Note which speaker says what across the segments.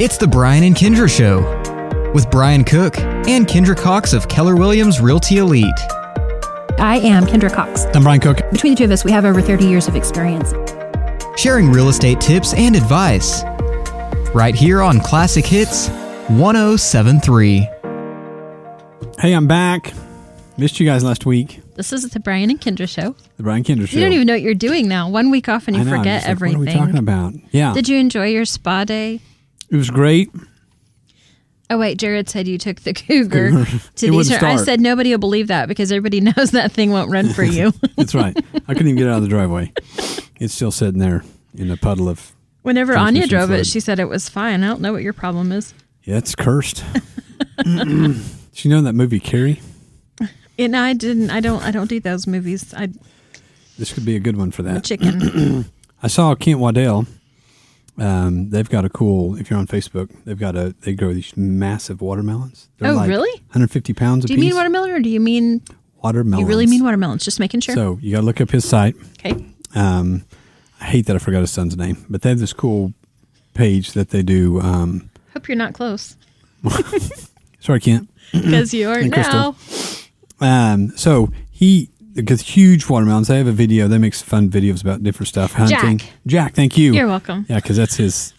Speaker 1: It's the Brian and Kendra Show with Brian Cook and Kendra Cox of Keller Williams Realty Elite.
Speaker 2: I am Kendra Cox.
Speaker 3: I'm Brian Cook.
Speaker 2: Between the two of us, we have over 30 years of experience.
Speaker 1: Sharing real estate tips and advice right here on Classic Hits 1073.
Speaker 3: Hey, I'm back. Missed you guys last week.
Speaker 4: This is the Brian and Kendra show.
Speaker 3: The Brian Kinder Show.
Speaker 4: You don't even know what you're doing now. One week off and you
Speaker 3: I know, I'm
Speaker 4: forget
Speaker 3: just like,
Speaker 4: everything.
Speaker 3: What are we talking about? Yeah.
Speaker 4: Did you enjoy your spa day?
Speaker 3: it was great.
Speaker 4: Oh wait, Jared said you took the cougar to
Speaker 3: It wouldn't
Speaker 4: Eastern. I
Speaker 3: start.
Speaker 4: said nobody will believe that because everybody knows that thing won't run for you.
Speaker 3: That's right. I couldn't even get it out of the driveway. It's still sitting there in a puddle of.
Speaker 4: Whenever Anya
Speaker 3: Transmission
Speaker 4: drove it,
Speaker 3: fluid.
Speaker 4: she said it was fine. I don't know what your problem is.
Speaker 3: Yeah, it's cursed. Did you know that movie Carrie?
Speaker 4: And I didn't. I don't. I don't do those movies. I
Speaker 3: This could be a good one for that.
Speaker 4: chicken.
Speaker 3: I saw Kent Waddell. Um, they've got a cool. If you're on Facebook, they've got a. They grow these massive watermelons. They're
Speaker 4: Oh,
Speaker 3: like
Speaker 4: really?
Speaker 3: 150 pounds a
Speaker 4: do you
Speaker 3: piece.
Speaker 4: mean watermelon or do you mean
Speaker 3: watermelons?
Speaker 4: you really mean watermelons? Just making sure.
Speaker 3: So you got to look up his site.
Speaker 4: okay.
Speaker 3: um, I hate that I forgot his son's name, but they have this cool page that they do. Um,
Speaker 4: Hope you're not close
Speaker 3: sorry, Kent.
Speaker 4: because you are
Speaker 3: And Crystal.
Speaker 4: now.
Speaker 3: Um, so he because huge watermelons. They have a video. They make fun videos about different stuff. Hunting.
Speaker 4: Jack.
Speaker 3: Jack, thank you.
Speaker 4: You're welcome.
Speaker 3: Yeah, because that's his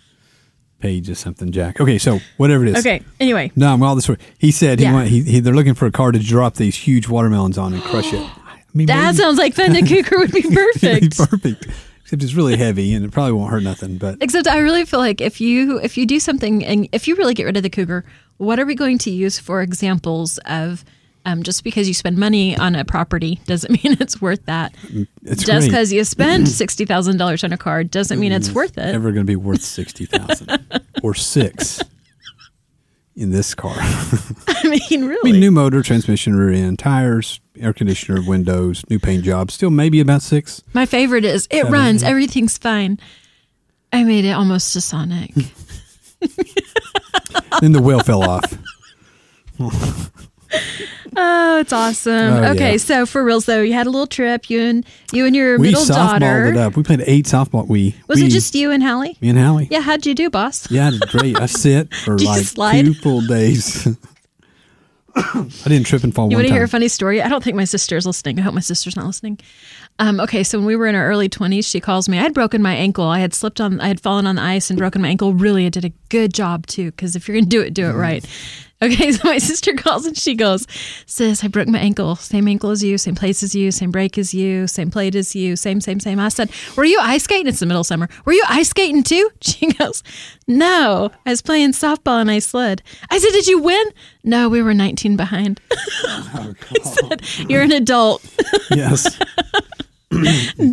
Speaker 3: page is something. Jack. Okay, so whatever it is.
Speaker 4: Okay. Anyway,
Speaker 3: No, I'm all this. way- He said he
Speaker 4: Yeah.
Speaker 3: went. He, he they're looking for a car to drop these huge watermelons on and crush it. I mean,
Speaker 4: that
Speaker 3: maybe-
Speaker 4: sounds like fun. The cougar would be
Speaker 3: it'd be
Speaker 4: perfect.
Speaker 3: perfect. Except it's really heavy and it probably won't hurt nothing. But
Speaker 4: Except I really feel like if you if you do something and if you really get rid of the cougar, what are we going to use for examples of um, just because you spend money on a property doesn't mean it's worth that.
Speaker 3: it's
Speaker 4: just
Speaker 3: great.
Speaker 4: because you spend sixty thousand dollars on a car doesn't mean it's worth it.
Speaker 3: ever going to be worth 60,000 or 6 in this car. I
Speaker 4: I mean, really.
Speaker 3: mean new motor, transmission, rear end, tires, air conditioner, windows, new paint job, still maybe about 6.
Speaker 4: My favorite is it runs, everything's fine. I made it almost to Sonic.
Speaker 3: Then the wheel fell off.
Speaker 4: oh, it's awesome.
Speaker 3: Oh,
Speaker 4: okay,
Speaker 3: yeah.
Speaker 4: so for reals though, you had a little trip. You and you and your
Speaker 3: We
Speaker 4: middle
Speaker 3: softballed
Speaker 4: daughter.
Speaker 3: it up. We played 8 softball we
Speaker 4: Was
Speaker 3: we-
Speaker 4: it just you and Hallie?
Speaker 3: me and Hallie?
Speaker 4: Yeah, how'd you do, boss?
Speaker 3: Yeah, I did great. I sit for
Speaker 4: Did you
Speaker 3: like
Speaker 4: slide?
Speaker 3: two full days. I didn't trip and fall
Speaker 4: You
Speaker 3: one
Speaker 4: want to
Speaker 3: time.
Speaker 4: hear a funny story? I don't think my sister's listening. I hope my sister's not listening. Um, okay, so when we were in our early 20s, she calls me. I had broken my ankle. I had slipped on, I had fallen on the ice and broken my ankle. Really, I did a good job too, because if you're going to do it, do it right. Okay, so my sister calls and she goes, Sis, I broke my ankle. Same ankle as you, same place as you, same break as you, same plate as you, same, same, same. I said, Were you ice skating? It's the middle of summer. Were you ice skating too? She goes, No, I was playing softball and I slid. I said, Did you win? No, we were 19 behind. You're an adult.
Speaker 3: yes.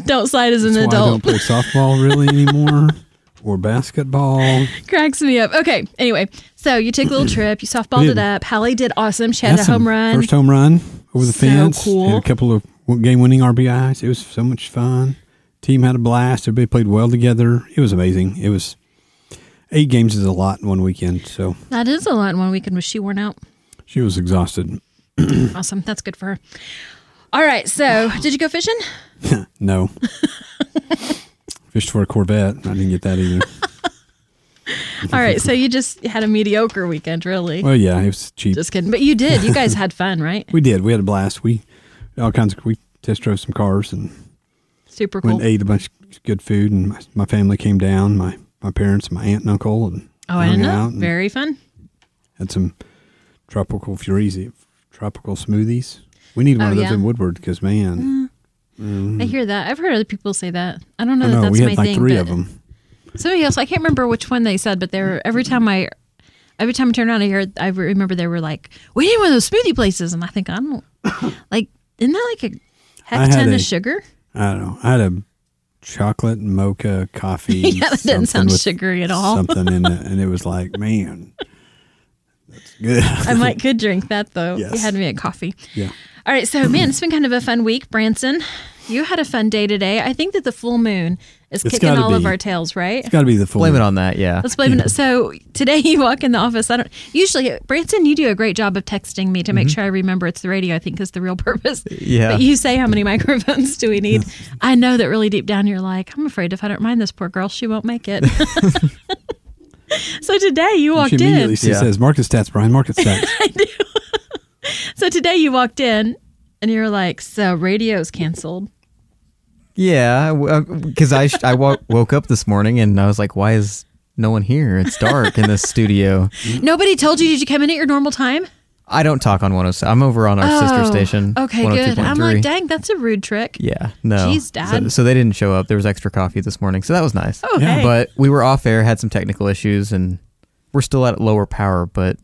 Speaker 4: Don't slide as an
Speaker 3: That's why I don't
Speaker 4: adult.
Speaker 3: play softball really anymore or basketball.
Speaker 4: Cracks me up. Okay. Anyway, so you took a little trip. You softballed it
Speaker 3: did.
Speaker 4: up. Hallie did awesome. She had
Speaker 3: That's
Speaker 4: a home run.
Speaker 3: First home run over the
Speaker 4: So
Speaker 3: fence.
Speaker 4: cool.
Speaker 3: Had a couple of game winning RBIs. It was so much fun. Team had a blast. Everybody played well together. It was amazing. It was eight games is a lot in one weekend. So
Speaker 4: that is a lot in one weekend. Was she worn out?
Speaker 3: she was exhausted.
Speaker 4: Awesome. That's good for her. All right. So did you go fishing?
Speaker 3: No. Fished for a Corvette. I didn't get that either.
Speaker 4: All right. So you just had a mediocre weekend, really.
Speaker 3: well, yeah, it was cheap.
Speaker 4: Just kidding. But you did. You guys had fun, right?
Speaker 3: we did. We had a blast. We all kinds of we test drove some cars and
Speaker 4: Super
Speaker 3: went
Speaker 4: cool.
Speaker 3: and ate a bunch of good food. And my, my family came down. My my parents, my aunt and uncle, and
Speaker 4: Oh, I
Speaker 3: hung
Speaker 4: didn't know.
Speaker 3: out and-
Speaker 4: Very fun.
Speaker 3: had some tropical furizi, tropical smoothies. We need one
Speaker 4: Oh,
Speaker 3: of those
Speaker 4: yeah. Mm,
Speaker 3: in Woodward because man,
Speaker 4: I hear that. I've heard other people say that. I don't know
Speaker 3: Mm. I
Speaker 4: that
Speaker 3: know
Speaker 4: that's
Speaker 3: we
Speaker 4: my
Speaker 3: had like
Speaker 4: thing.
Speaker 3: three
Speaker 4: but
Speaker 3: of them.
Speaker 4: Somebody else, I can't remember which one they said, but they were every time I, every time I turn around, I hear, I remember they were like, "We need one of those smoothie places," and I think I'm like, isn't that like a
Speaker 3: I
Speaker 4: heck
Speaker 3: had
Speaker 4: ton
Speaker 3: a-
Speaker 4: of sugar?
Speaker 3: I don't know. I had a chocolate mocha coffee.
Speaker 4: Yeah, that doesn't
Speaker 3: something
Speaker 4: sound
Speaker 3: with
Speaker 4: sugary at all.
Speaker 3: Something in it, and it was like man, that's good.
Speaker 4: I might could drink that though. You
Speaker 3: Yes.
Speaker 4: had me at coffee.
Speaker 3: yeah,
Speaker 4: All right, so man, it's been kind of a fun week, Branson. You had a fun day today. I think that the full moon is
Speaker 3: It's
Speaker 4: kicking
Speaker 3: gotta
Speaker 4: all of
Speaker 3: be.
Speaker 4: our tails, right?
Speaker 3: it's got to be the full.
Speaker 1: Blame it on that, yeah.
Speaker 4: Let's blame it. So today you walk in the office. I don't usually, Branson. You do a great job of texting me to make sure I remember it's the radio. I think is the real purpose.
Speaker 1: Mm-hmm. Yeah.
Speaker 4: But you say how many microphones do we need? I know that really deep down you're like, I'm afraid if I don't mind this poor girl, she won't make it. So today you walked
Speaker 3: she immediately
Speaker 4: in.
Speaker 3: says-
Speaker 5: Yeah.
Speaker 3: says, "Market stats, Brian. Market stats."
Speaker 4: So today you walked in and you're like, so radio's canceled.
Speaker 1: Yeah, because I sh- I wo- woke up this morning and I was like, why is no one here? It's dark in this studio.
Speaker 4: Nobody told you, did you come in at your normal time?
Speaker 1: I don't talk on 107. I'm over on our sister
Speaker 4: Oh,
Speaker 1: station.
Speaker 4: Okay, good. I'm
Speaker 1: 102.3.
Speaker 4: like, dang, that's a rude trick.
Speaker 1: Yeah, no.
Speaker 4: Jeez,
Speaker 1: So,
Speaker 4: Dad.
Speaker 1: so they didn't show up. There was extra coffee this morning, so that was nice.
Speaker 4: Oh, Yeah. hey.
Speaker 1: But we were off air, had some technical issues, and we're still at lower power, but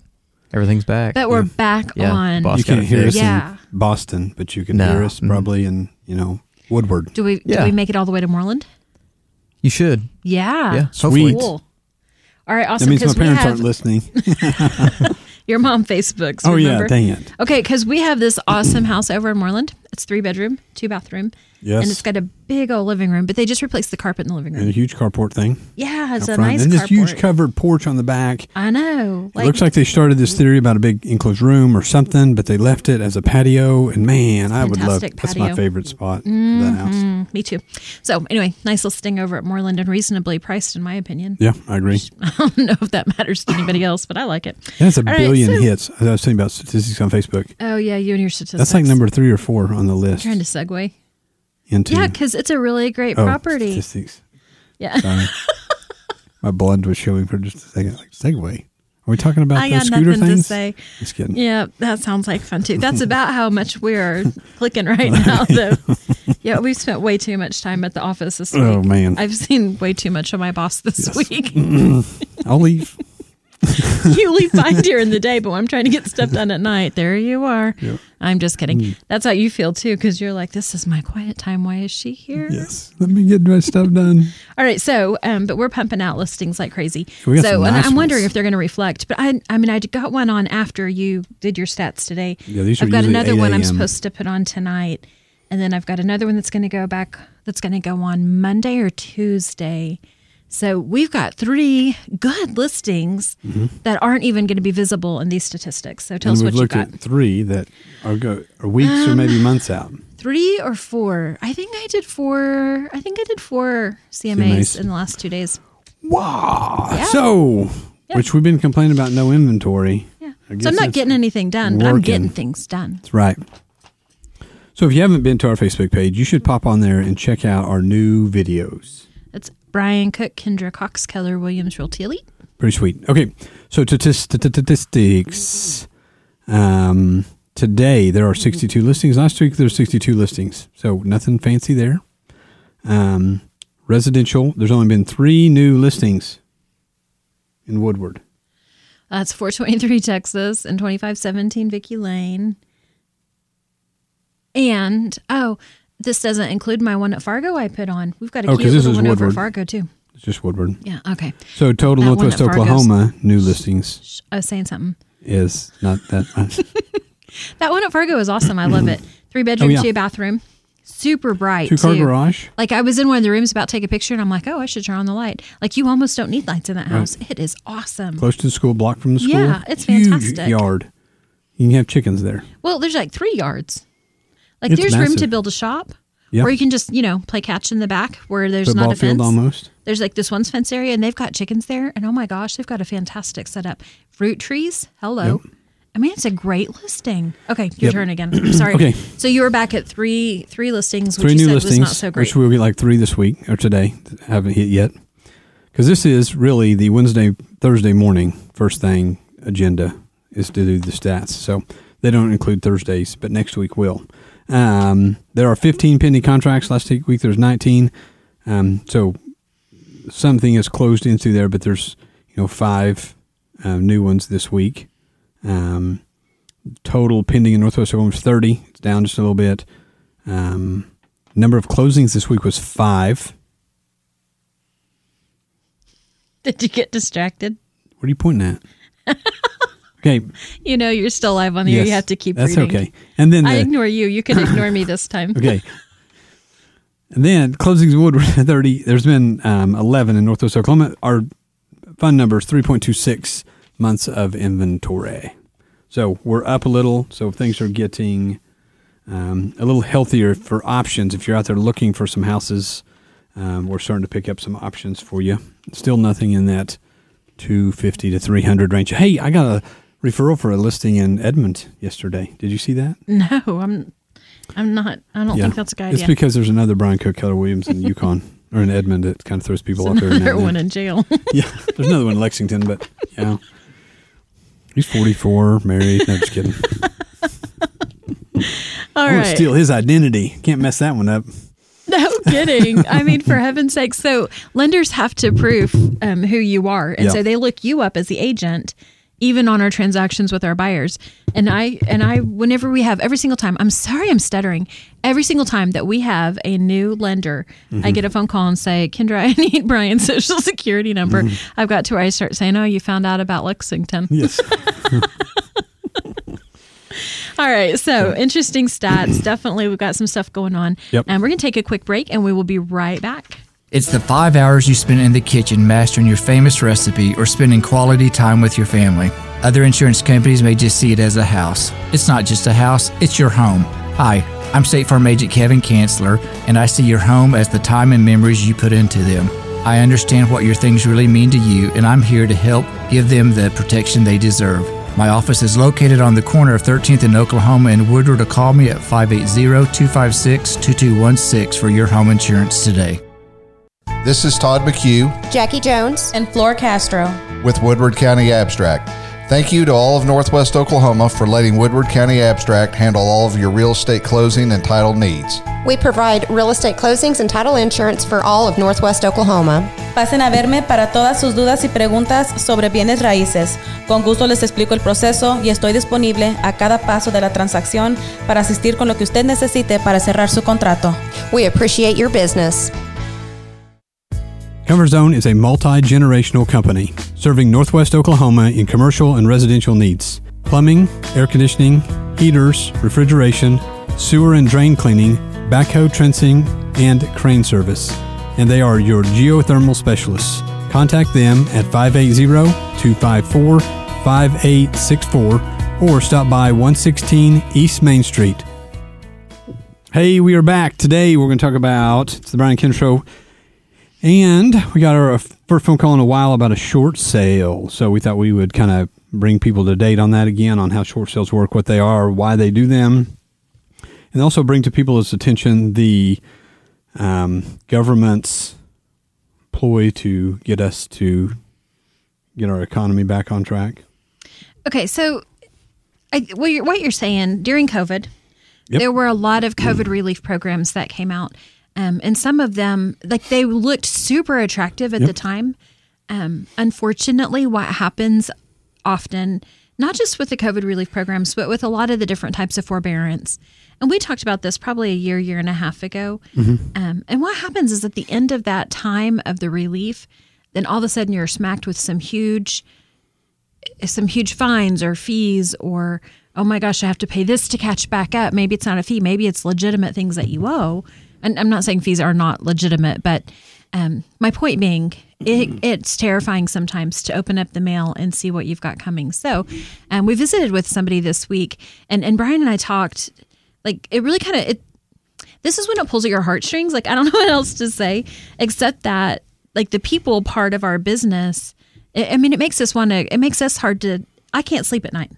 Speaker 1: everything's back.
Speaker 4: That we're back
Speaker 1: Yeah,
Speaker 4: on.
Speaker 1: boss.
Speaker 3: you
Speaker 1: gotta
Speaker 3: can't hear
Speaker 1: fix.
Speaker 3: us
Speaker 4: Yeah.
Speaker 3: in Boston, but you can
Speaker 1: No.
Speaker 3: hear us
Speaker 1: Mhm.
Speaker 3: probably in you know Woodward.
Speaker 4: Do we
Speaker 1: Yeah.
Speaker 4: do we make it all the way to Moreland?
Speaker 1: you should.
Speaker 4: Yeah.
Speaker 1: Yeah,
Speaker 3: Sweet.
Speaker 1: hopefully.
Speaker 4: Cool. All right,
Speaker 3: That
Speaker 4: awesome.
Speaker 3: means my
Speaker 4: Because we
Speaker 3: parents
Speaker 4: have
Speaker 3: aren't listening.
Speaker 4: your mom Facebooks.
Speaker 3: oh yeah,
Speaker 4: remember?
Speaker 3: dang it.
Speaker 4: Okay, because we have this awesome house over in Moreland. It's three bedroom, two bathroom,
Speaker 3: Yes,
Speaker 4: and it's got a big old living room. But they just replaced the carpet in the living
Speaker 3: And a
Speaker 4: room.
Speaker 3: huge carport thing.
Speaker 4: Yeah, it's
Speaker 3: out
Speaker 4: a
Speaker 3: front,
Speaker 4: nice
Speaker 3: and this
Speaker 4: carport.
Speaker 3: huge covered porch on the back.
Speaker 4: I know.
Speaker 3: it looks like they started this theory about a big enclosed room or something, but they left it as a patio. And man, I would love
Speaker 4: fantastic
Speaker 3: that's my
Speaker 4: patio.
Speaker 3: favorite spot. of That house.
Speaker 4: Mm, me too. So anyway, nice listing over at Moreland and reasonably priced, in my opinion.
Speaker 3: Yeah, I agree.
Speaker 4: I don't know if that matters to anybody else, but I like it.
Speaker 3: That's a
Speaker 4: All right,
Speaker 3: billion
Speaker 4: so-
Speaker 3: hits. I was thinking about statistics on Facebook.
Speaker 4: Oh yeah, you and your statistics.
Speaker 3: That's like number three or four on the list.
Speaker 4: Trying to segue.
Speaker 3: into
Speaker 4: Yeah, because it's a really great
Speaker 3: oh,
Speaker 4: property.
Speaker 3: Statistics.
Speaker 4: yeah.
Speaker 3: Sorry. my blood was showing for just a second. Like segue. Are we talking about
Speaker 4: I
Speaker 3: those
Speaker 4: got
Speaker 3: scooter
Speaker 4: nothing to
Speaker 3: things?
Speaker 4: say.
Speaker 3: Just kidding.
Speaker 4: Yeah, that sounds like fun too. That's about how much we are clicking right now, though. Yeah, we've spent way too much time at the office this week.
Speaker 3: Oh, man.
Speaker 4: I've seen way too much of my boss this week. you
Speaker 3: I'll leave.
Speaker 4: leave fine during the day, but when I'm trying to get stuff done at night, there you are. I'm just kidding.
Speaker 3: Mm.
Speaker 4: That's how you feel too, because you're like, "This is my quiet time. Why is she here?"
Speaker 3: Yes. Let me get my stuff done.
Speaker 4: All right, so um, but we're pumping out listings like crazy.
Speaker 3: We got
Speaker 4: so
Speaker 3: some
Speaker 4: and
Speaker 3: nice
Speaker 4: I'm wondering
Speaker 3: ones.
Speaker 4: if they're going to reflect. But I, I mean, I got one on after you did your stats today.
Speaker 3: Yeah, these are
Speaker 4: I've got
Speaker 3: usually
Speaker 4: another
Speaker 3: 8
Speaker 4: one I'm
Speaker 3: a.m..
Speaker 4: supposed to put on tonight, and then I've got another one that's going to go back. That's going to go on Monday or Tuesday. So we've got three good listings that aren't even going to be visible in these statistics. So tell
Speaker 3: Mm-hmm. and
Speaker 4: us
Speaker 3: we've
Speaker 4: what Um, you've
Speaker 3: looked
Speaker 4: got.
Speaker 3: at three that are go are weeks or maybe months out.
Speaker 4: Three or four? I think I did four. I think I did four
Speaker 3: CMAs.
Speaker 4: CMAs in the last two days.
Speaker 3: Wow. So, which we've been complaining about no inventory.
Speaker 4: Yeah.
Speaker 3: I guess
Speaker 4: So I'm
Speaker 3: that's
Speaker 4: not getting anything done, but I'm
Speaker 3: working.
Speaker 4: getting things done.
Speaker 3: That's right. So if you haven't been to our Facebook page, you should pop on there and check out our new videos.
Speaker 4: That's Brian Cook, Kendra Cox, Keller Williams, Realty Elite.
Speaker 3: Pretty sweet. Okay, so statistics. Um, today there are 62 listings. Last week there were 62 listings. So nothing fancy there. Um, residential. There's only been three new listings in Woodward.
Speaker 4: That's 423 Texas and 2517 Vicky Lane. And oh, this doesn't include my one at Fargo I put on. We've got a
Speaker 3: Oh, 'cause
Speaker 4: cute
Speaker 3: this
Speaker 4: little
Speaker 3: is
Speaker 4: one over
Speaker 3: Woodward.
Speaker 4: at Fargo too.
Speaker 3: It's just Woodward.
Speaker 4: Yeah. Okay.
Speaker 3: So total
Speaker 4: That one
Speaker 3: Northwest
Speaker 4: at Fargo's-
Speaker 3: Oklahoma new listings
Speaker 4: Sh- I was saying something.
Speaker 3: is not that much.
Speaker 4: That one at Fargo is awesome. I love it. Three bedroom,
Speaker 3: Oh, yeah.
Speaker 4: two bathroom. Super bright.
Speaker 3: Two car
Speaker 4: too.
Speaker 3: garage.
Speaker 4: Like I was in one of the rooms about to take a picture and I'm like, oh, I should turn on the light. Like you almost don't need lights in that house. It is awesome.
Speaker 3: Close to the school, block from the school.
Speaker 4: Yeah, it's
Speaker 3: Huge
Speaker 4: fantastic.
Speaker 3: yard. You can have chickens there.
Speaker 4: Well, there's like three yards. Like
Speaker 3: It's
Speaker 4: there's room to
Speaker 3: massive.
Speaker 4: build a shop,
Speaker 3: Yeah.
Speaker 4: or you can just you know play catch in the back where there's
Speaker 3: Football
Speaker 4: not a
Speaker 3: field
Speaker 4: fence.
Speaker 3: almost.
Speaker 4: There's like this one's fence area, and they've got chickens there, and oh my gosh, they've got a fantastic setup. Fruit trees, hello. I mean, it's a great listing. Okay, your
Speaker 3: Yep.
Speaker 4: turn again. I'm sorry.
Speaker 3: Okay.
Speaker 4: So you were back at three three listings, which
Speaker 3: three
Speaker 4: you
Speaker 3: new
Speaker 4: said was
Speaker 3: listings,
Speaker 4: not so great.
Speaker 3: which we'll get like three this week or today. that Haven't hit yet because this is really the Wednesday, Thursday morning first thing agenda is to do the stats. So they don't include Thursdays, but next week will. Um, there are 15 pending contracts. Last week, week there's 19. Um, so something is closed into there, but there's you know five um, new ones this week. Um, total pending in Northwest Oklahoma is 30. It's down just a little bit. Um, number of closings this week was five.
Speaker 4: Did you get distracted?
Speaker 3: What are you pointing at? okay.
Speaker 4: You know, you're still live on the air.
Speaker 3: yes,
Speaker 4: You have to keep
Speaker 3: That's
Speaker 4: reading.
Speaker 3: okay. And then
Speaker 4: I
Speaker 3: the-
Speaker 4: ignore you. You can ignore me this time.
Speaker 3: okay. And then closings of Woodward at 30. There's been um, 11 in Northwest Oklahoma. Our fund number is 3.26 months of inventory. So we're up a little. So things are getting um, a little healthier for options. If you're out there looking for some houses, um, we're starting to pick up some options for you. Still nothing in that 250 to 300 range. Hey, I got a referral for a listing in Edmond yesterday. Did you see that?
Speaker 4: No, I'm I'm not. I don't think that's a good
Speaker 3: It's
Speaker 4: idea.
Speaker 3: because there's another Brian Cook Keller Williams in Yukon or in Edmond that kind of throws people
Speaker 4: There's
Speaker 3: out there. now and
Speaker 4: another
Speaker 3: then.
Speaker 4: one in jail.
Speaker 3: yeah, there's another one in Lexington, but yeah. He's 44, married. No, just kidding.
Speaker 4: All
Speaker 3: I'm going
Speaker 4: right.
Speaker 3: to steal his identity. Can't mess that one up.
Speaker 4: No kidding. I mean, for heaven's sake. So lenders have to prove um, who you are, and
Speaker 3: Yeah.
Speaker 4: so they look you up as the agent, even on our transactions with our buyers. And I and I, whenever we have every single time, I'm sorry, I'm stuttering. Every single time that we have a new lender, I
Speaker 3: Mm-hmm.
Speaker 4: get a phone call and say, "Kendra, I need Brian's social security number."
Speaker 3: Mm-hmm.
Speaker 4: I've got to where I start saying, "Oh, you found out about Lexington."
Speaker 3: Yes.
Speaker 4: All right. So interesting stats. Definitely, we've got some stuff going on.
Speaker 3: Yep.
Speaker 4: And we're gonna take a quick break, and we will be right back.
Speaker 5: It's the five hours you spend in the kitchen mastering your famous recipe or spending quality time with your family. Other insurance companies may just see it as a house. It's not just a house, it's your home. Hi, I'm State Farm Agent Kevin Kanzler, and I see your home as the time and memories you put into them. I understand what your things really mean to you, and I'm here to help give them the protection they deserve. My office is located on the corner of 13th and Oklahoma and Woodward to call me at 580-256-2216 for your home insurance today.
Speaker 6: This is Todd McHugh
Speaker 7: Jackie Jones.
Speaker 8: and Flor Castro.
Speaker 6: with Woodward County Abstract. Thank you to all of Northwest Oklahoma for letting Woodward County Abstract handle all of your real estate closing and title needs.
Speaker 7: We provide real estate closings and title insurance for all of Northwest Oklahoma.
Speaker 8: Pasen a verme para todas sus dudas y preguntas sobre bienes raíces. Con gusto les explico el proceso y estoy disponible a cada paso de la transacción para asistir con lo que usted necesite para cerrar su contrato.
Speaker 7: We appreciate your business.
Speaker 3: CoverZone is a multi generational company serving Northwest Oklahoma in commercial and residential needs plumbing, air conditioning, heaters, refrigeration, sewer and drain cleaning, backhoe trenching, and crane service. And they are your geothermal specialists. Contact them at 580 254 5864 or stop by 116 East Main Street. Hey, we are back. Today we're going to talk about it's the Brian Ken Show. And we got our first phone call in a while about a short sale. So we thought we would kind of bring people to date on that again on how short sales work, what they are, why they do them, and also bring to people's attention the um, government's ploy to get us to get our economy back on track.
Speaker 4: Okay, so I, what, you're, what you're saying during COVID,
Speaker 3: Yep.
Speaker 4: there were a lot of COVID relief programs that came out, um, and some of them, like they looked super attractive at the time. Um, unfortunately, what happens often, not just with the COVID relief programs, but with a lot of the different types of forbearance, and we talked about this probably a year, year and a half ago. Um, and what happens is at the end of that time of the relief, then all of a sudden you're smacked with some huge some huge fines or fees or oh my gosh i have to pay this to catch back up maybe it's not a fee maybe it's legitimate things that you owe and i'm not saying fees are not legitimate but um, my point being it, it's terrifying sometimes to open up the mail and see what you've got coming so um, we visited with somebody this week and, and brian and i talked like it really kind of it this is when it pulls at your heartstrings. Like I don't know what else to say except that like the people part of our business. I I mean, it makes us want to. It makes us hard to. I can't sleep at night.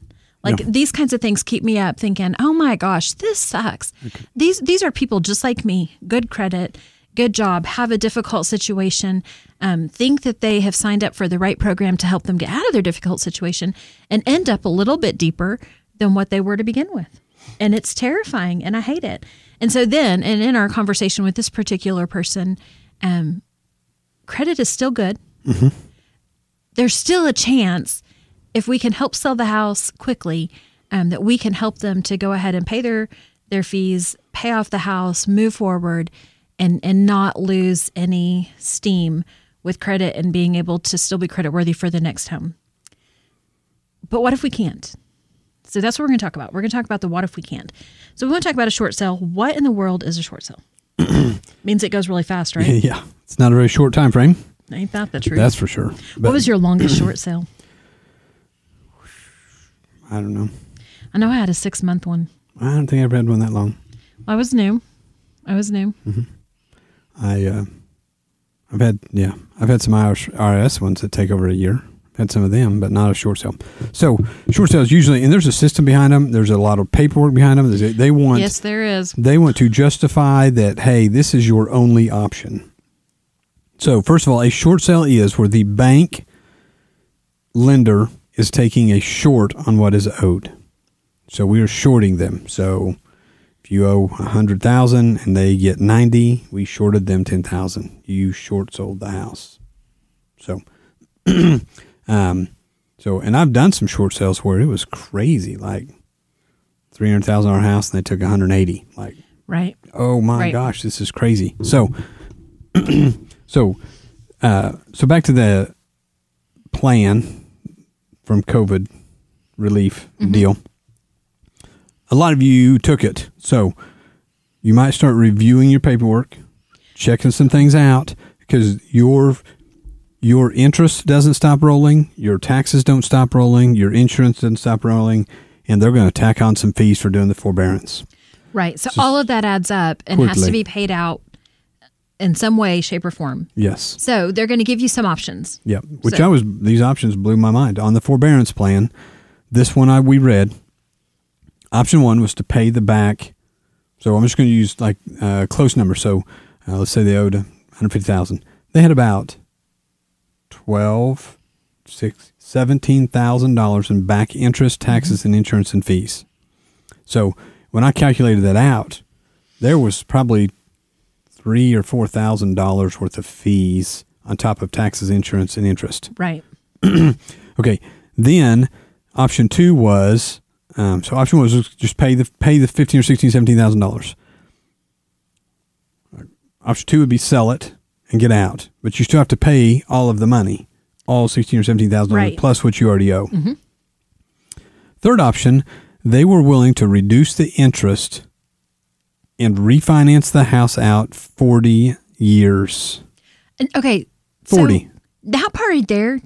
Speaker 4: Like these kinds of things keep me up thinking, oh my gosh, this sucks. These these are people just like me, good credit, good job, have a difficult situation, um, think that they have signed up for the right program to help them get out of their difficult situation, and end up a little bit deeper than what they were to begin with and it's terrifying and i hate it and so then and in our conversation with this particular person um, credit is still good there's still a chance if we can help sell the house quickly um, that we can help them to go ahead and pay their their fees pay off the house move forward and and not lose any steam with credit and being able to still be credit worthy for the next home but what if we can't so that's what we're going to talk about. We're going to talk about the what if we can't. So we want to talk about a short sale. What in the world is a short sale? Means it goes really fast, right?
Speaker 3: Yeah, it's not a very short time frame.
Speaker 4: Ain't that the truth?
Speaker 3: That's for sure.
Speaker 4: what
Speaker 3: But
Speaker 4: was your longest short sale?
Speaker 3: I don't know.
Speaker 4: I know I had a six month one.
Speaker 3: I don't think I've had one that long.
Speaker 4: I was new. I was new.
Speaker 3: I uh, I've had yeah, I've had some IRS, IRS ones that take over a year had some of them, but not a short sale. So short sales usually, and there's a system behind them. There's a lot of paperwork behind them. They, they want
Speaker 4: Yes, there is.
Speaker 3: they want to justify that hey, this is your only option. So first of all, a short sale is where the bank lender is taking a short on what is owed. So we are shorting them. So if you owe a hundred thousand and they get ninety, we shorted them ten thousand. You short sold the house. So, um, so and I've done some short sales where it was crazy, like three hundred thousand dollar house and they took one hundred eighty. Like,
Speaker 4: Right.
Speaker 3: oh my
Speaker 4: Right.
Speaker 3: gosh, this is crazy. So, so, uh, so back to the plan from COVID relief deal. A lot of you took it, so you might start reviewing your paperwork, checking some things out because your your interest doesn't stop rolling, your taxes don't stop rolling, your insurance doesn't stop rolling, and they're going to tack on some fees for doing the forbearance.
Speaker 4: Right. So all of that adds up and has to
Speaker 3: Quickly.
Speaker 4: be paid out in some way, shape, or form.
Speaker 3: Yes.
Speaker 4: So they're going to give you some options.
Speaker 3: Yeah, which
Speaker 4: So-
Speaker 3: I was these options blew my mind on the forbearance plan. This one I we read. Option one was to pay the back. So I'm just going to use like uh, close number. So uh, let's say they owed 150,000. They had about 12, six, $17,000 in back interest, taxes, and insurance and fees. So when I calculated that out, there was probably three or four thousand dollars worth of fees on top of taxes, insurance, and interest.
Speaker 4: Right.
Speaker 3: Okay, then option two was um, so option one was just pay the pay the fifteen or sixteen, seventeen thousand dollars. Option two would be sell it and get out, but you still have to pay all of the money, all sixteen or seventeen thousand
Speaker 4: Right. Mm-hmm.
Speaker 3: dollars plus what you already owe. Third option, they were willing to reduce the interest and refinance the house out forty years.
Speaker 4: And, okay.
Speaker 3: 40.
Speaker 4: So that part right there,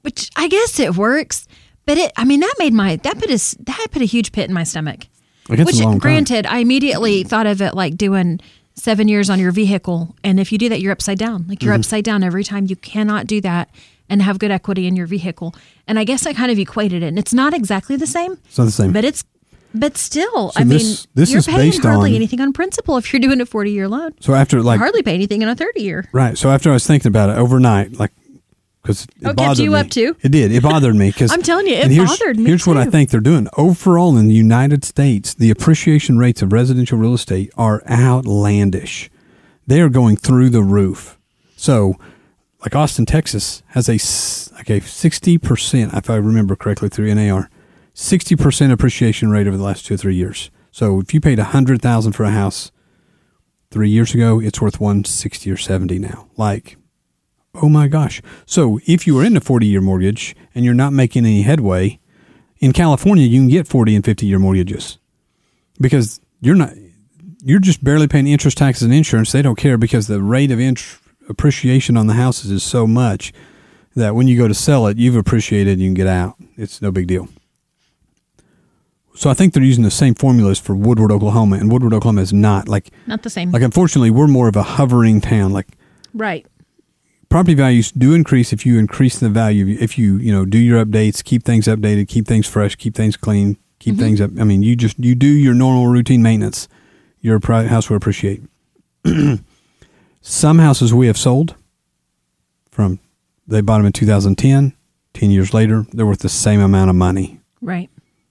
Speaker 4: which I guess it works, but it, I mean, that made my, that put a, s- that put a huge pit in my stomach.
Speaker 3: Like, that's a
Speaker 4: Which,
Speaker 3: long time.
Speaker 4: granted, I immediately thought of it like doing seven years on your vehicle. And if you do that, you're upside down. Like
Speaker 3: Mm-hmm.
Speaker 4: you're upside down every time. You cannot do that and have good equity in your vehicle. And I guess I kind of equated it. And it's not exactly the same.
Speaker 3: It's not the same.
Speaker 4: But it's, but still,
Speaker 3: So
Speaker 4: I mean,
Speaker 3: this- this
Speaker 4: you're
Speaker 3: is
Speaker 4: paying
Speaker 3: based
Speaker 4: hardly
Speaker 3: on-
Speaker 4: anything on principal if you're doing a 40 year loan.
Speaker 3: so after like
Speaker 4: hardly pay anything in a 30 year.
Speaker 3: Right. So after I was thinking about it overnight, like, because it
Speaker 4: Oh, kept
Speaker 3: bothered
Speaker 4: you
Speaker 3: me.
Speaker 4: up too?
Speaker 3: It did. It bothered me because
Speaker 4: I'm telling you, it bothered me
Speaker 3: Here's what I
Speaker 4: too.
Speaker 3: think they're doing. Overall, in the United States, the appreciation rates of residential real estate are outlandish. They are going through the roof. So, like Austin, Texas, has a s- like a sixty percent, if I remember correctly, through NAR, sixty percent appreciation rate over the last two or three years. So, if you paid a hundred thousand for a house three years ago, it's worth 160 or 70 now. Like, oh my gosh. So if you are in a 40 year mortgage and you're not making any headway, in California, you can get 40 and 50 year mortgages because you're not, you're just barely paying interest, taxes, and insurance. They don't care because the rate of int- appreciation on the houses is so much that when you go to sell it, you've appreciated and you can get out. It's no big deal. So I think they're using the same formulas for Woodward, Oklahoma, and Woodward, Oklahoma is not like
Speaker 4: Not the same.
Speaker 3: like unfortunately, we're more of a hovering town. Like
Speaker 4: right.
Speaker 3: property values do increase if you increase the value. If you you know do your updates, keep things updated, keep things fresh, keep things clean, keep things up. I mean, you just you do your normal routine maintenance. Your pri- house will appreciate. Some houses we have sold from they bought them in 2010. 10 years later, they're worth the same amount of money.
Speaker 4: Right.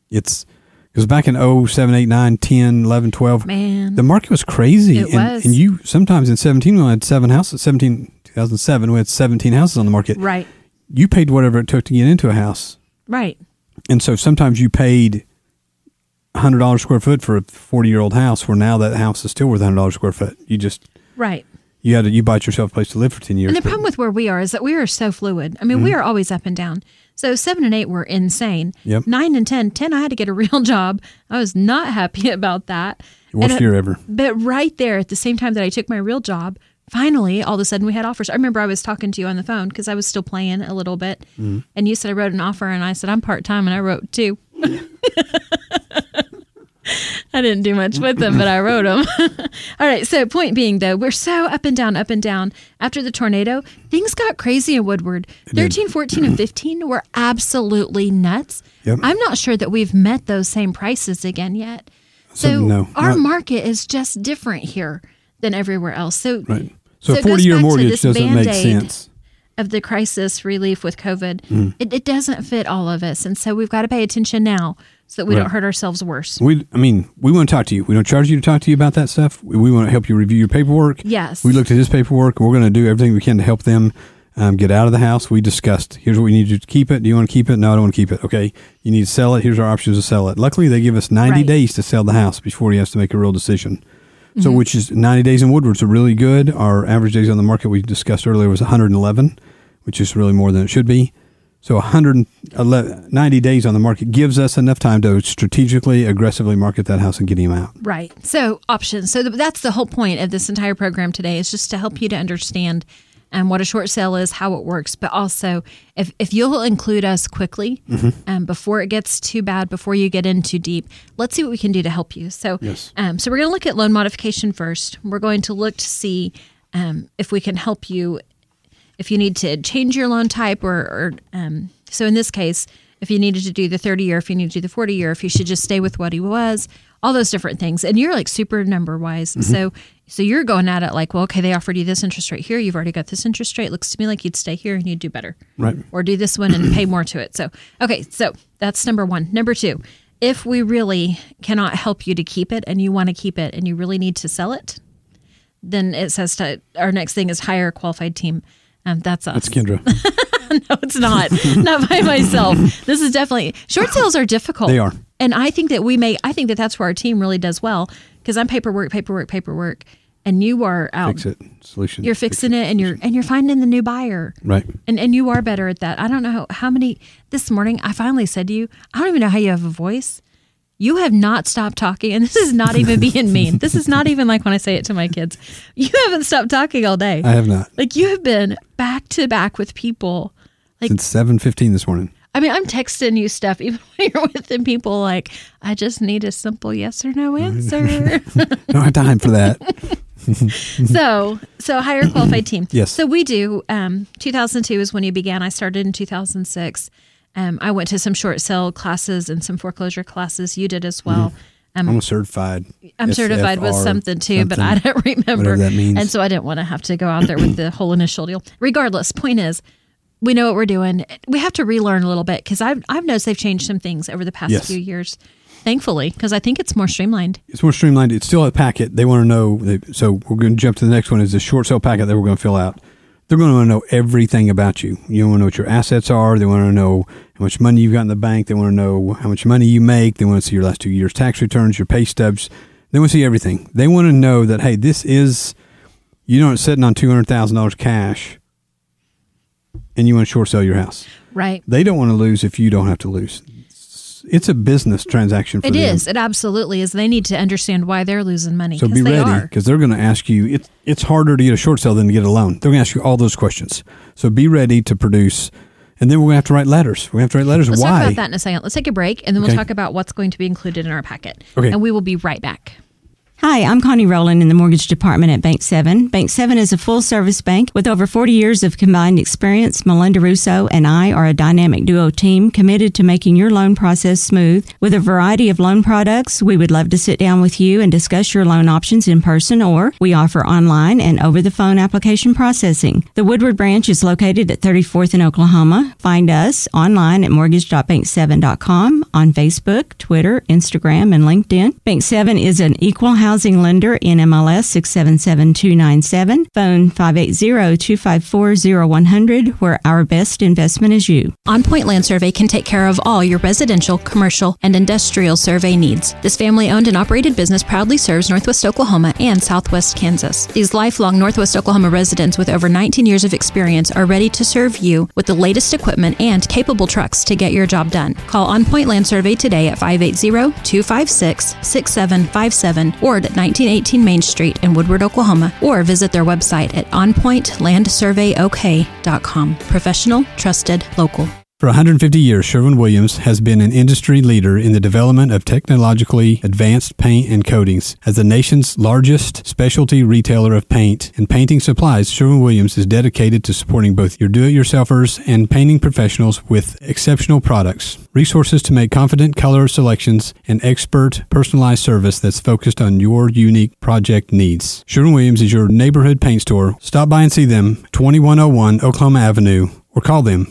Speaker 3: It's because back in 07, 8, 9, 10, 11, 12,
Speaker 4: Man.
Speaker 3: the market was crazy.
Speaker 4: It
Speaker 3: and,
Speaker 4: was.
Speaker 3: and you sometimes in 17, we had seven houses, 17, 2007, we had 17 houses on the market.
Speaker 4: right.
Speaker 3: You paid whatever it took to get into a house.
Speaker 4: Right.
Speaker 3: And so sometimes you paid $100 square foot for a 40 year old house where now that house is still worth $100 square foot. You just,
Speaker 4: Right.
Speaker 3: you had to, you bought yourself a place to live for Mm-hmm. 10 years.
Speaker 4: And the
Speaker 3: but-
Speaker 4: problem with where we are is that we are so fluid. I mean, we are always up and down. So seven and eight were insane.
Speaker 3: Yep.
Speaker 4: Nine and ten, ten, I had to get a real job. I was not happy about that.
Speaker 3: Worst
Speaker 4: And I-
Speaker 3: year ever.
Speaker 4: But right there, at the same time that I took my real job, finally, all of a sudden we had offers. I remember I was talking to you on the phone because I was still playing a little bit.
Speaker 3: Mm-hmm.
Speaker 4: And you said, I wrote an offer. And I said, I'm part time. And I wrote two. I didn't do much with them, but I wrote them. All right. So, point being, though, we're so up and down, up and down. After the tornado, things got crazy in Woodward. 13, 14, and 15 were absolutely nuts.
Speaker 3: Yep.
Speaker 4: I'm not sure that we've met those same prices again yet. So,
Speaker 3: no,
Speaker 4: our
Speaker 3: not-
Speaker 4: market is just different here than everywhere else. So,
Speaker 3: Right. So, a
Speaker 4: So it goes
Speaker 3: 40 year
Speaker 4: back to
Speaker 3: mortgage
Speaker 4: this
Speaker 3: doesn't make
Speaker 4: Band-Aid.
Speaker 3: sense.
Speaker 4: of the crisis relief with COVID,
Speaker 3: Mm.
Speaker 4: it, it doesn't fit all of us. And so, we've got to pay attention now so that we
Speaker 3: Right.
Speaker 4: don't hurt ourselves worse.
Speaker 3: We, I mean, we want to talk to you. We don't charge you to talk to you about that stuff. We, we want to help you review your paperwork.
Speaker 4: Yes.
Speaker 3: We looked at his paperwork. We're going to do everything we can to help them um, get out of the house. We discussed. Here's what we need you to keep it. Do you want to keep it? No, I don't want to keep it. Okay. You need to sell it. Here's our options to sell it. Luckily, they give us 90
Speaker 4: Right.
Speaker 3: days to sell the house before he has to make a real decision. So, which is 90 days in Woodward's are really good. Our average days on the market we discussed earlier was 111, which is really more than it should be. So 111, 90 days on the market gives us enough time to strategically, aggressively market that house and get him out.
Speaker 4: Right. So options. So th- that's the whole point of this entire program today is just to help you to understand um, what a short sale is, how it works, but also if, if you'll include us quickly um, before it gets too bad, before you get in too deep, let's see what we can do to help you. So, um, so we're going to look at loan modification first. We're going to look to see um, if we can help you if you need to change your loan type or, or um, so in this case if you needed to do the 30 year if you need to do the 40 year if you should just stay with what he was all those different things and you're like super number wise so so you're going at it like well okay they offered you this interest rate here you've already got this interest rate looks to me like you'd stay here and you'd do better
Speaker 3: Right.
Speaker 4: or do this one and pay more to it so okay so that's number one number two if we really cannot help you to keep it and you want to keep it and you really need to sell it then it says to our next thing is hire a qualified team um, that's us
Speaker 3: That's Kendra.
Speaker 4: no, it's not. not by myself. This is definitely short sales are difficult.
Speaker 3: They are.
Speaker 4: and I think that we may. I think that that's where our team really does well because I'm paperwork, paperwork, paperwork, and you are out.
Speaker 3: Fix it. Solution.
Speaker 4: You're
Speaker 3: Fix
Speaker 4: fixing it, and you're and you're finding the new buyer.
Speaker 3: Right.
Speaker 4: And and you are better at that. I don't know how, how many. This morning, I finally said to you, I don't even know how you have a voice. You have not stopped talking, and this is not even being mean. This is not even like when I say it to my kids. You haven't stopped talking all day.
Speaker 3: I have not.
Speaker 4: Like you have been back to back with people. Like
Speaker 3: Since 7.15 this morning.
Speaker 4: I mean, I'm texting you stuff even when you're with the people. Like, I just need a simple yes or no answer.
Speaker 3: I don't have time for that.
Speaker 4: so, so hire a qualified team.
Speaker 3: Yes.
Speaker 4: So we do. Um, 2002 is when you began. I started in 2006. Um, I went to some short sale classes and some foreclosure classes. You did as well. Um,
Speaker 3: I'm a certified.
Speaker 4: I'm certified with
Speaker 3: SFR
Speaker 4: something too, but I
Speaker 3: something.
Speaker 4: don't remember.
Speaker 3: whatever that means.
Speaker 4: And so I didn't want to have to go out there with the whole initial deal. Regardless, point is, we know what we're doing. We have to relearn a little bit because I've, I've noticed they've changed some things over the past
Speaker 3: Yes.
Speaker 4: few years, thankfully, because I think it's more streamlined.
Speaker 3: It's more streamlined. It's still a packet. They want to know. They, so we're going to jump to the next one. Is the short sale packet that we're going to fill out. They're going to want to know everything about you. You want to know what your assets are. They want to know how much money you've got in the bank. They want to know how much money you make. They want to see your last two years' tax returns, your pay stubs. They want to see everything. They want to know that hey, this is you aren't sitting on two hundred thousand dollars cash, and you want to short sell your house.
Speaker 4: Right.
Speaker 3: They don't want to lose if you don't have to lose. It's a business transaction for
Speaker 4: It
Speaker 3: them.
Speaker 4: is. It absolutely is. They need to understand why they're losing money
Speaker 3: So
Speaker 4: because
Speaker 3: be
Speaker 4: they
Speaker 3: ready
Speaker 4: are.
Speaker 3: because they're going to ask you. It, it's harder to get a short sale than to get a loan. They're going to ask you all those questions. So be ready to produce, and then we're going to have to write letters. We have to write letters.
Speaker 4: Let's
Speaker 3: Why?
Speaker 4: talk about that in a second. Let's take a break and then we'll
Speaker 3: Okay.
Speaker 4: talk about what's going to be included in our packet.
Speaker 3: Okay.
Speaker 4: And we will be right back.
Speaker 9: Hi, I'm Connie Rowland in the mortgage department at Bank 7. Bank 7 is a full service bank with over 40 years of combined experience. Melinda Russo and I are a dynamic duo team committed to making your loan process smooth with a variety of loan products. We would love to sit down with you and discuss your loan options in person or we offer online and over the phone application processing. The Woodward branch is located at 34th in Oklahoma. Find us online at mortgage.bank7.com on Facebook, Twitter, Instagram, and LinkedIn. Bank 7 is an equal housing lender in MLS 677297. Phone 580-254-0100 where our best investment is you.
Speaker 2: On Point Land Survey can take care of all your residential, commercial, and industrial survey needs. This family owned and operated business proudly serves Northwest Oklahoma and Southwest Kansas. These lifelong Northwest Oklahoma residents with over 19 years of experience are ready to serve you with the latest equipment and capable trucks to get your job done. Call On Point Land Survey today at 580 256 6757 or at 1918 Main Street in Woodward, Oklahoma, or visit their website at onpointlandsurveyok.com. Professional, trusted, local.
Speaker 3: For 150 years, Sherwin Williams has been an industry leader in the development of technologically advanced paint and coatings. As the nation's largest specialty retailer of paint and painting supplies, Sherwin Williams is dedicated to supporting both your do it yourselfers and painting professionals with exceptional products, resources to make confident color selections, and expert personalized service that's focused on your unique project needs. Sherwin Williams is your neighborhood paint store. Stop by and see them, 2101 Oklahoma Avenue or call them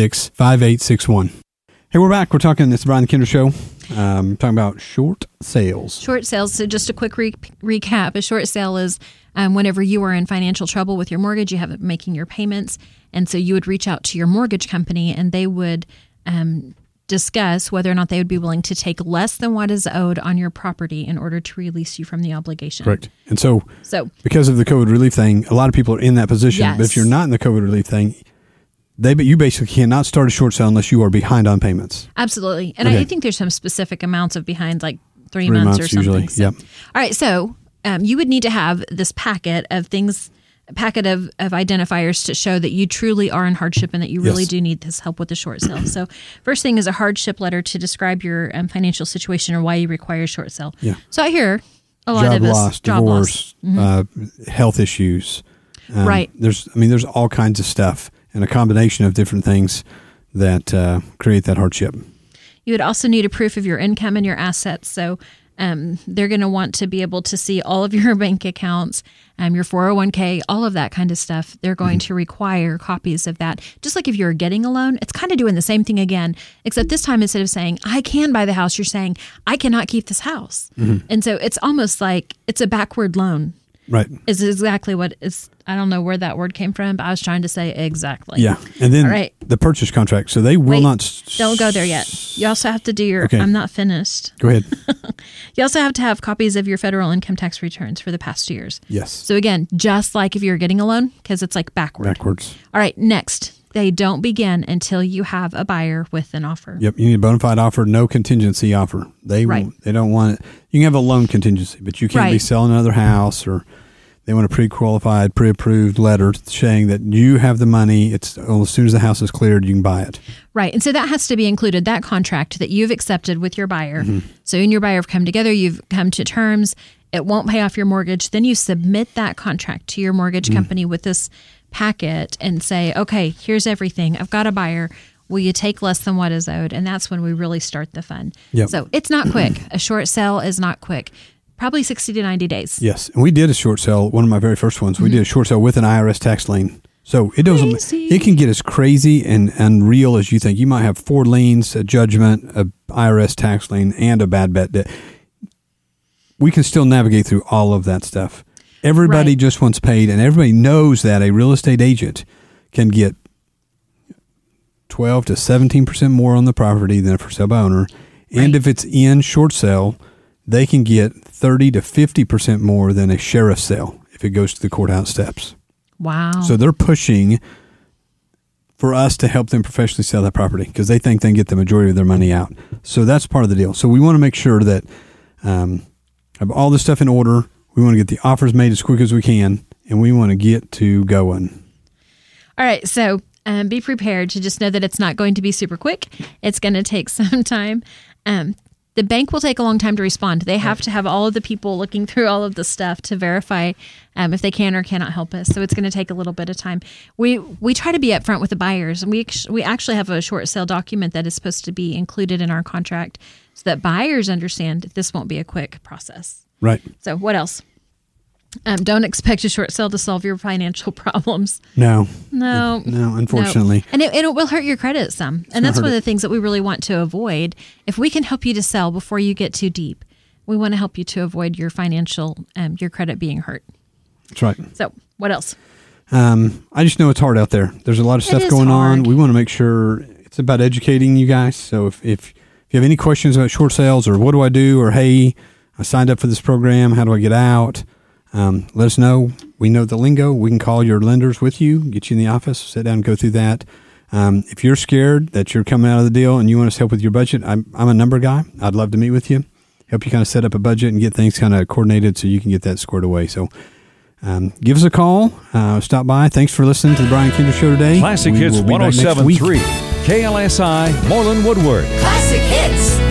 Speaker 3: 580-256-5861. Hey, we're back. We're talking, it's the Brian Kinder Show. Um, talking about short sales.
Speaker 4: Short sales. So, just a quick re- recap a short sale is um, whenever you are in financial trouble with your mortgage, you haven't making your payments. And so, you would reach out to your mortgage company and they would um, discuss whether or not they would be willing to take less than what is owed on your property in order to release you from the obligation.
Speaker 3: Correct. And so,
Speaker 4: So,
Speaker 3: because of the COVID relief thing, a lot of people are in that position. But if
Speaker 4: Yes.
Speaker 3: you're not in the COVID relief thing, they but you basically cannot start a short sale unless you are behind on payments.
Speaker 4: Absolutely. And
Speaker 3: Okay.
Speaker 4: I think there's some specific amounts of behind like three,
Speaker 3: Three
Speaker 4: months, or
Speaker 3: months
Speaker 4: something.
Speaker 3: usually,
Speaker 4: So-
Speaker 3: yep.
Speaker 4: All right. So um, you would need to have this packet of things, a packet of, of identifiers to show that you truly are in hardship and that you really
Speaker 3: Yes.
Speaker 4: do need this help with the short sale. so first thing is a hardship letter to describe your um, financial situation or why you require a short sale.
Speaker 3: Yeah.
Speaker 4: So I hear a lot
Speaker 3: Job
Speaker 4: of us
Speaker 3: loss,
Speaker 4: job loss. Mm-hmm.
Speaker 3: divorce, uh, health issues. Um,
Speaker 4: Right.
Speaker 3: There's, I mean, there's all kinds of stuff and a combination of different things that uh, create that hardship.
Speaker 4: You would also need a proof of your income and your assets. So um, they're going to want to be able to see all of your bank accounts, um, your 401k, all of that kind of stuff. They're going
Speaker 3: Mm-hmm.
Speaker 4: to require copies of that. Just like if you're getting a loan, it's kind of doing the same thing again, except this time instead of saying, I can buy the house, you're saying, I cannot keep this house.
Speaker 3: Mm-hmm.
Speaker 4: And so it's almost like it's a backward loan,
Speaker 3: Right.
Speaker 4: is exactly what is. I don't know where that word came from, but I was trying to say exactly.
Speaker 3: Yeah, and then
Speaker 4: All right.
Speaker 3: the purchase contract. So they will
Speaker 4: Wait,
Speaker 3: not. s-
Speaker 4: Don't go there yet. You also have to do your.
Speaker 3: Okay.
Speaker 4: I'm not finished.
Speaker 3: Go ahead.
Speaker 4: You also have to have copies of your federal income tax returns for the past two years.
Speaker 3: Yes.
Speaker 4: So again, just like if you're getting a loan, because it's like backward.
Speaker 3: Backwards.
Speaker 4: All right, next. They don't begin until you have a buyer with an offer.
Speaker 3: Yep. You need a bona fide offer, no contingency offer. They
Speaker 4: Right.
Speaker 3: won't- they don't want it. You can have a loan contingency, but you can't be
Speaker 4: Right.
Speaker 3: selling another house or. They want a pre-qualified, pre-approved letter saying that you have the money. It's oh, as soon as the house is cleared, you can buy it.
Speaker 4: Right. And so that has to be included, that contract that you've accepted with your buyer. So you and your buyer have come together, you've come to terms, it won't pay off your mortgage. Then you submit that contract to your mortgage company with this packet and say, okay, here's everything. I've got a buyer. Will you take less than what is owed? And that's when we really start the fun.
Speaker 3: Yep.
Speaker 4: So it's not quick. a short sale is not quick. Probably 60 to 90 days.
Speaker 3: Yes, and we did a short sale. One of my very first ones. We did a short sale with an IRS tax lien. So it doesn't.
Speaker 4: Crazy.
Speaker 3: It can get as crazy and unreal as you think. You might have four liens, a judgment, a IRS tax lien, and a bad bet debt. We can still navigate through all of that stuff. Everybody
Speaker 4: Right.
Speaker 3: just wants paid, and everybody knows that a real estate agent can get twelve to seventeen percent more on the property than a for sale by owner, and
Speaker 4: Right.
Speaker 3: if it's in short sale, they can get thirty to fifty percent more than a sheriff's sale if it goes to the courthouse steps.
Speaker 4: Wow.
Speaker 3: So they're pushing for us to help them professionally sell that property because they think they can get the majority of their money out. So that's part of the deal. So we want to make sure that um, have all this stuff in order. We want to get the offers made as quick as we can, and we want to get to going.
Speaker 4: All right, so um, be prepared to just know that it's not going to be super quick. It's going to take some time. Um, the bank will take a long time to respond. They have to have all of the people looking through all of the stuff to verify um, if they can or cannot help us. So it's going to take a little bit of time. We we try to be upfront with the buyers, and we act- we actually have a short sale document that is supposed to be included in our contract, so that buyers understand that this won't be a quick process.
Speaker 3: Right
Speaker 4: So what else? Um, don't expect a short sale to solve your financial problems.
Speaker 3: now,
Speaker 4: No.
Speaker 3: No, unfortunately.
Speaker 4: No. And it, and it will hurt your credit some. And that's
Speaker 3: hurt
Speaker 4: one of
Speaker 3: it.
Speaker 4: the things that we really want to avoid. If we can help you to sell before you get too deep, we want to help you to avoid your financial, um, your credit being hurt.
Speaker 3: that's right.
Speaker 4: So, what else?
Speaker 3: Um, I just know it's hard out there. There's a lot of stuff
Speaker 4: is
Speaker 3: going on.
Speaker 4: hard.
Speaker 3: We want to make sure it's about educating you guys. So if, if if you have any questions about short sales or what do I do or hey, I signed up for this program, how do I get out? Um, let us know. We know the lingo. We can call your lenders with you, get you in the office, sit down, and go through that. Um, if you're scared that you're coming out of the deal and you want us to help with your budget, I'm, I'm a number guy. I'd love to meet with you, help you kind of set up a budget and get things kind of coordinated so you can get that squared away. So Um, give us a call. Uh, stop by. Thanks for listening to the Brian Kinder Show today.
Speaker 10: Classic
Speaker 3: We
Speaker 10: Hits
Speaker 3: will be back next week.
Speaker 10: 1073, KLSI, Moreland Woodward.
Speaker 11: Classic hits.